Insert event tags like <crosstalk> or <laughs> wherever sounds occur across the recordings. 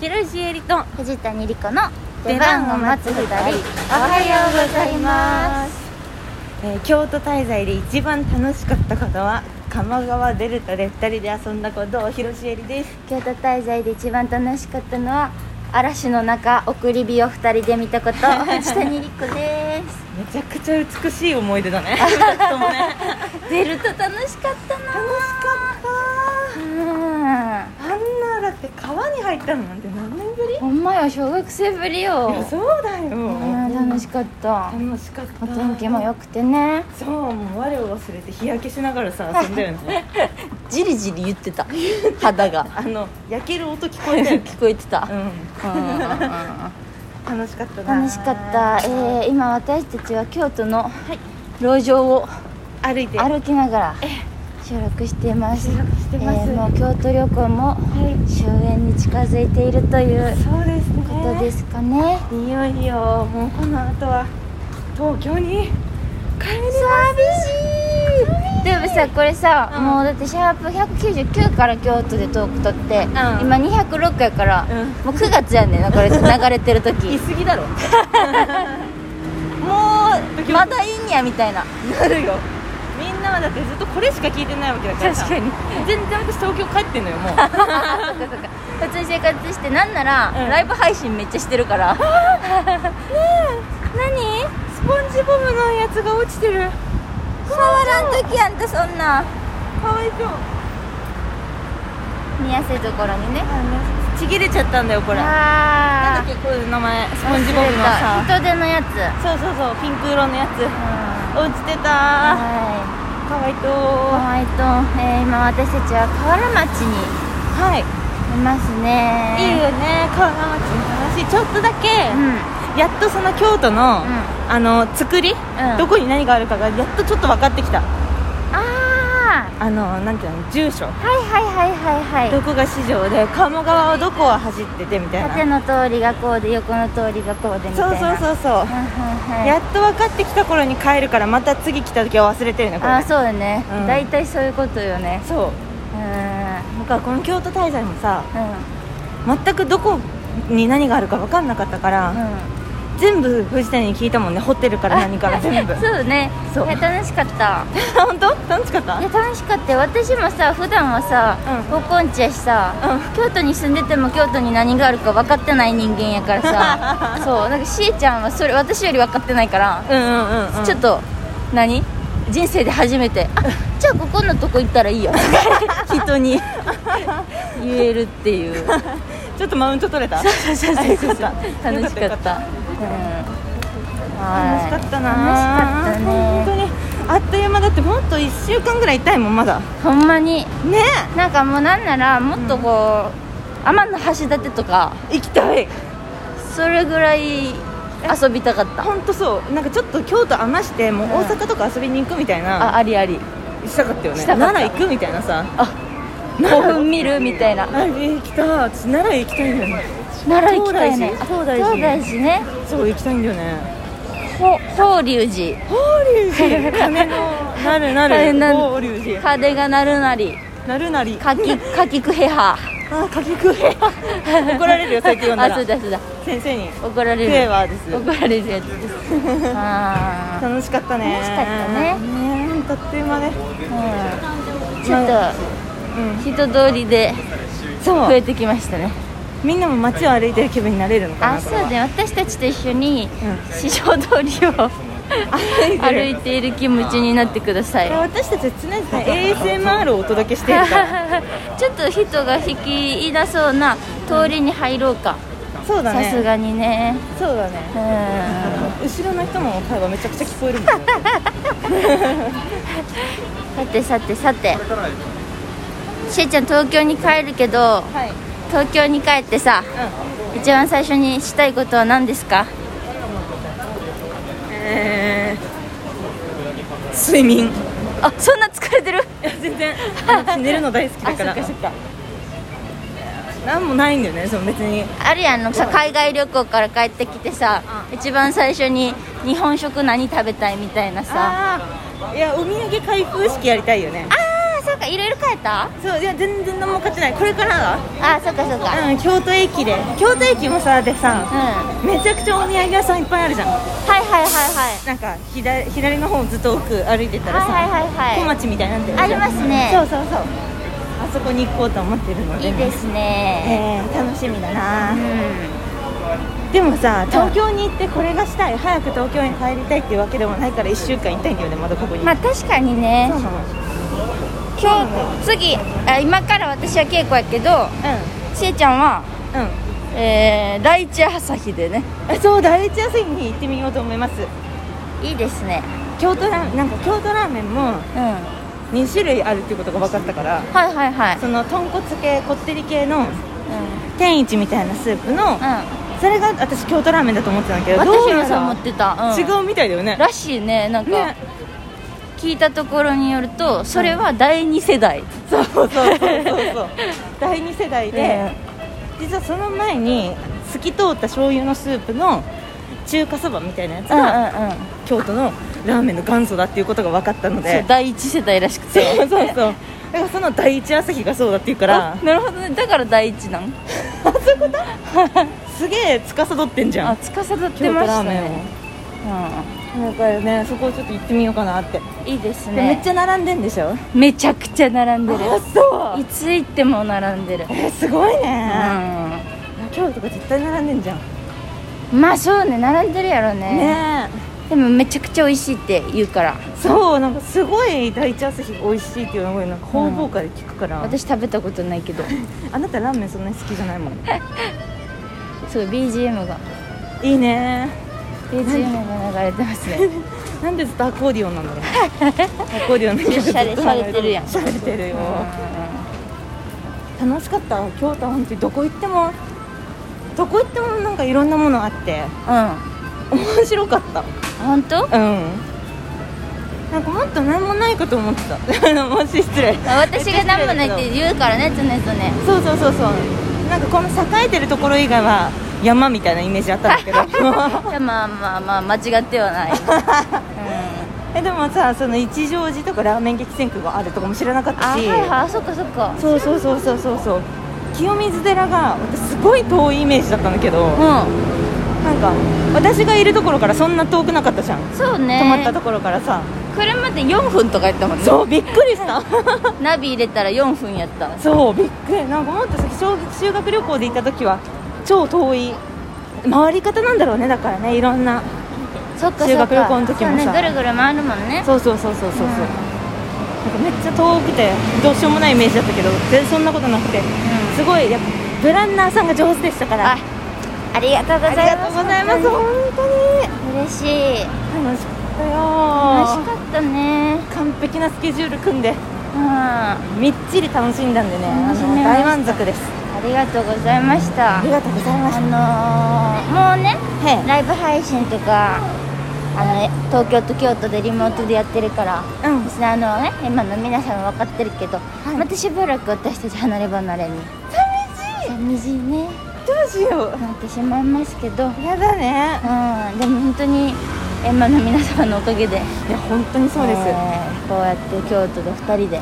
広石えりと藤谷莉子の出番を待つ二人おはようございますえー京都滞在で一番楽しかったことは鎌川デルタで2人で遊んだことを広しえりです京都滞在で一番楽しかったのは嵐の中送り火を二人で見たこと藤谷莉子ですめちゃくちゃ美しい思い出だ <laughs> ね二人ともねデルタ楽しかったな楽しかうんったあんなだって川に入ったのなんて何年ぶりいほんまよ小学生ぶりよやそうだようん楽しかった楽しかったお天気も良くてねそうもう我を忘れて日焼けしながら <laughs> さ遊んだよねじりじり言ってた肌があの焼ける音聞こえたよね聞こえてたうんう楽しかったな楽しかった、えー、今私たちは京都の路上を歩いて歩きながら収録しています収録してますえーもう京都旅行も終焉に近づいているというそうですねことですかねいよいよもうこの後は東京に帰り寂しいでもさこれさ、うんもうだってシャープ199から京都でトーク撮って、今206やから、うんもう9月やねんなこれ流れて <laughs> る時過ぎだろもうまだいいんやみたいななるよみんなはだってずっとこれしか聞いてないわけだからさに全然私東京帰ってんのよもうあそっかそっか普通に生活してなんなら、うんライブ配信めっちゃしてるから <laughs> 何 <laughs> スポンジボブのやつが落ちてる触らんときやんとそんなかわいそう見やすいところにねちぎれちゃったんだよこれなんだあっけこういう名前スポンジボブのさ人手のやつ、そうそうそうピンク色のやつは落ちてたいかわいそうホはワイト、えー、今私たちは河原町にいいますいいねよね川川町の話ちょっとだけ、うんやっとその京都の、んあの作り、んどこに何があるかがやっとちょっと分かってきたああのなんていうの住所、あはいはいはいはいはどいこが市場で鴨川はどこを走っててみたい縦なの通りがこうで横の通りがこうでみたそいうなそううそうそう、はいはいはいやっと分かってきた頃に帰るからまた次来た時は忘れてるねこれあーそうだね、うん大体そういうことよねそううんうん僕はこの京都滞在もさ全くどこに何があるか分かんなかったから、う全部藤谷に聞いたもんねホテルから何から全部ん <laughs> そうねそういや楽しかった <laughs> 本当楽しかったいや楽しかったよ私もさ普段はさう高校んちやしさ、京都に住んでても京都に何があるか分かってない人間やから <laughs> さそうなんかしーちゃんはそれ私より分かってないから、うんうんうん、うん、ちょっと何人生で初めて <laughs> あじゃあここのとこ行ったらいいよ人に言えるって <laughs> いうちょっとマウント取れたそうそうそうそうよかった楽しかよっよた。楽しかったな楽楽しかった本ね。当にあっという間だってもっと1週間ぐらいいたいもんまだねほんまにえなんかもうなんならもっとこう、天の橋立とか行きたいそれぐらい遊びたかった。本当そうなんかちょっと京都余してもう大阪とか遊びに行くみたいあな、ありあり。したかったよねしたかった奈良行くみたいなさあ古墳見るみたいな。あ行きたい私奈良行きたいんだよね奈良行きたいね。あ東大寺東大寺ね。そう行きたいんだよねほ法隆寺。法隆寺 <laughs> 金のなるな金るなる法隆寺風が鳴るなり。なるなりかきかきくへは。あかきく <laughs> へ怒られるよ最近読んだあそうらだそうだ。先生に怒られクる。エはです怒られるやつです <laughs> あー楽しかったね楽しかったねねえほんとあっという間でうんちょっうんと人通りでそう増えてきましたねみんなも街を歩いてる気分になれるのかなあそうね私たちと一緒にう市場通りを歩いてる歩いている気持ちになってくださいいや私たちは常々 ASMR をお届けしているからちょっと人が引き出そうな通りに入ろうか <laughs> そうださねすがにねそうだうねん後ろの人も会話めちゃくちゃ聞こえるもん <laughs> ねさてさてさてしーちゃん東京に帰るけどはい、東京に帰ってさ一番最初にしたいことは何ですかえー、睡眠いあそんな疲れてるや全然私寝るの大好きだからあそっかそっなんもないんだよねその別にあるやんのさ海外旅行から帰ってきてさ、一番最初に日本食何食べたいみたいなさああいやお土産開封式やりたいよねああーそうかかいろいろ変えたそういや全然何も勝ってないこれからあそっかそっかだうん京都駅で京都駅もさでうんさはめちゃくちゃお土産屋さんいっぱいあるじゃんいはいはいはいなんか左左の方ずっと奥歩いてたらさ、はいはいはいはい小町みたいになってるじゃんありますねそうそうそうあそこに行こうと思ってるのでいいですえねー楽しみだな、うんでもさ東京に行ってこれがしたい早く東京に帰りたいっていうわけでもないから1週間いたいんだよねまだここに、まあ確かにねそうなの今日次あ今から私は稽古やけどしえちゃんはうんうんえー、第一朝日でねあそう第一朝日に行ってみようと思いますいいですね京都ラーメンなんか京都ラーメンもうんは2種類あるっていうことが分かったからいはいはいその豚骨系こってり系のうん、天一みたいなスープの、うん、それが私京都ラーメンだと思ってたんだけどどう私やもらそう思ってた、うん、違うみたいだよねらしいねなんか、ね聞いたところによるとそれは第二世代、そうそうそうそうそう第二世代で、実はその前に透き通った醤油のスープの中華そばみたいなやつうんうんが、うん京都のラーメンの元祖だっていうことが分かったのそうで第一世代らしくそてうそうそうだからその第一朝日がそうだっていうかあらなるほどねだから第一なんすげえ司ってんじゃあん司さって京都まラしたーメね、ンをだからねそこをちょっと行ってみようかなって、うん、いいですでねめっちゃ並んでんでしょめちゃくちゃ並んでるそいつ行っても並んでるえすごいうんね、京都とか絶対並んでんじゃんねまあそうね並んでるやろねえでもめちゃくちゃ美味しいって言うからそうなんかすごい第一朝日美味しいっていうのがなんか方々から聞くから、私食べたことないけどあなたラーメンそんなに好きじゃないもんすごい BGM がいいね BGM が流れてますねなんでずっとアコーディオンなんだろ <laughs> うアコーディオンの曲ずっとシャレシャレてるやんシャレてるようん楽しかった京都は本当にどこ行ってもどこ行ってもなんかいろんなものあって面白かった本当うんなんかもっと何もないかと思ってた <laughs> もし失礼私が何もないって言うからね常々ねそうそうそうそうなんかこの栄えてるところ以外は山みたいなイメージあったんだ <laughs> けどいやまあまあまあ間違っては <laughs> ない、うんえでもさその一乗寺とかラーメン激戦区があるとかも知らなかっあたはしいはいあそっかそっかそうそうそうそうそうそう清水寺が私すごい遠いイメージだったんだけど、うなんか私がいるところからそんな遠くなかったじゃん、んそうね泊まったところからさ車で4分とかやったもんねそうびっくりしたナビ入れたら4分やった <laughs> そうびっくりなんかもっと先小修学旅行で行った時は超遠い回り方なんだろうねだからねいろんなそっかそっか修学旅行の時もさそうねぐるぐる回るもんねそうそうそうそうそうそう、うんなんかめっちゃ遠くてどうしようもないイメージだったけど全然そんなことなくてうんすごいやっぱブランナーさんが上手でしたからあありがとうごありざいがまとすうございます本本当に当に嬉しい楽しかった楽しよかったね完璧なスケジュール組んでうんあみっちり楽しんだんでねあ楽しのめました大満足ですりがとうございましたありがとうございまあしのー、もうねたへライブ配信とかあの東京と京都でリモートでやってるからえうんリスナーのね今の皆さん分かってるけど、いまたしばらく私たち離れ離れに寂しい寂しいねどうしよなってしまいますけどうんうやだねでも本当に今の皆様のおかげでいや本当にそうですえーこうやって京都で2人で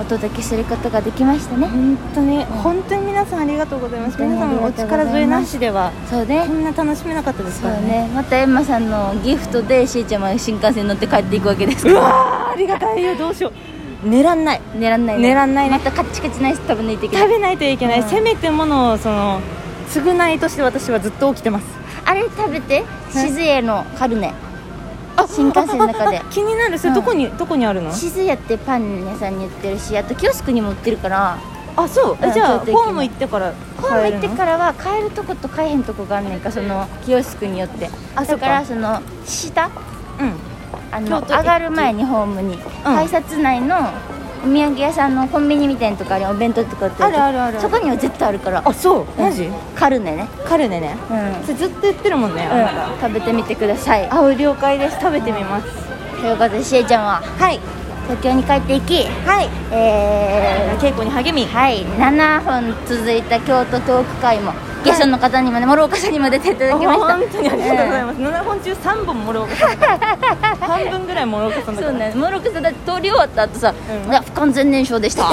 お届けすることができましたね本当に本当に皆さんありがとうございます本当皆さんにありもおがとうございま力す添えなしではそうねこんな楽しめなかったですそかうらねねまたエンマさんのギフトでしーちゃんは新幹線に乗って帰っていくわけですかうらわーありがたいよどうしよう寝らんない寝らんない寝らんないねまたカッチカチなやつ食べないといけない食べないといけない、うんせめてものをその償いとして私はずっと起きてますあれ食べて静江のカルネ新幹線の中で <laughs> 気になるそれどこに、どこにあるの静江ってパン屋さんに売ってるしあとキオスクにも売ってるからあそうえうんじゃあ京都駅のホーム行ってからホーム行ってらからは買えるとこと買えへんとこがあんねんかそのキオスクによってあそだっかからその下うんあ京の都駅上がる前にホームに、改札内のお土産屋さんのコンビニみたいなとこあるやんお弁当とか売ってあるるあるあるそこには絶対あるからあそうマジ、うんカルネねカルネねうん、うんそれずっと言ってるもんね、あなた食べてみてくださいあ了解です食べてみます、ということでしえちゃんははい東京に帰っていきはいえ稽古に励みー、はい7本続いた京都トーク会もゲストの方にもね諸岡さんにも出ていただきました本当にありがとうございます、7本中3本諸岡 <laughs> さんだから半分ぐらい諸岡さんだそからうね、モロクさんだって通り終わった後さ、うんいや不完全燃焼でし <laughs> た。や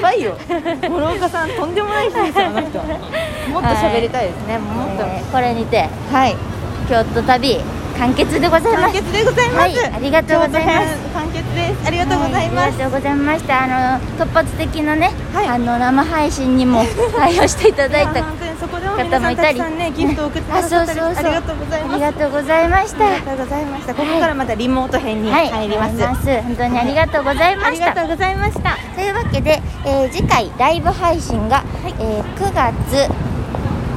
ばいよ諸岡さんとんでもない人ですよあの人 <laughs> もっと喋りたいですね、もっとえーこれにてはい京都旅完結でございま完す。結でございます、はいありがとうござい京都ます編完結ですありがとうございはあまりす、がとうございました。あの突発的なね、はいあの生配信に <laughs> も対応していただいた。本当にそこでも方皆もさいんたたりくさんねギフトを送ってくださったりあそうそうそうありがとうございあますりがとうございましあた。りがとうございましたここからまたリモート編にはい、入ります、入り本当にありがとうございあまりしがた。とうございましたというわけで、えー次回ライブ配信が、えー9月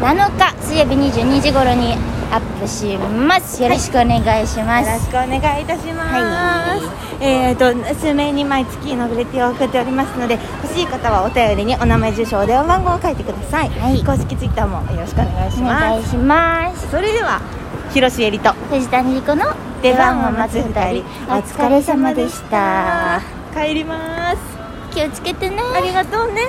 7日水曜日22時頃にアップしますよろしくお願いしまよろしす、くお願いいたします、えっ、と数名に毎月のブレティを送っておりますので欲しい方はお便りにお名前住所お電話番号を書いてください、はい公式ツイッターもよろしくお願いしおます願いしますそれでは広瀬えりと藤谷莉子の出番を待つ二人お疲れ様でした帰ります気をつけてねありがとうね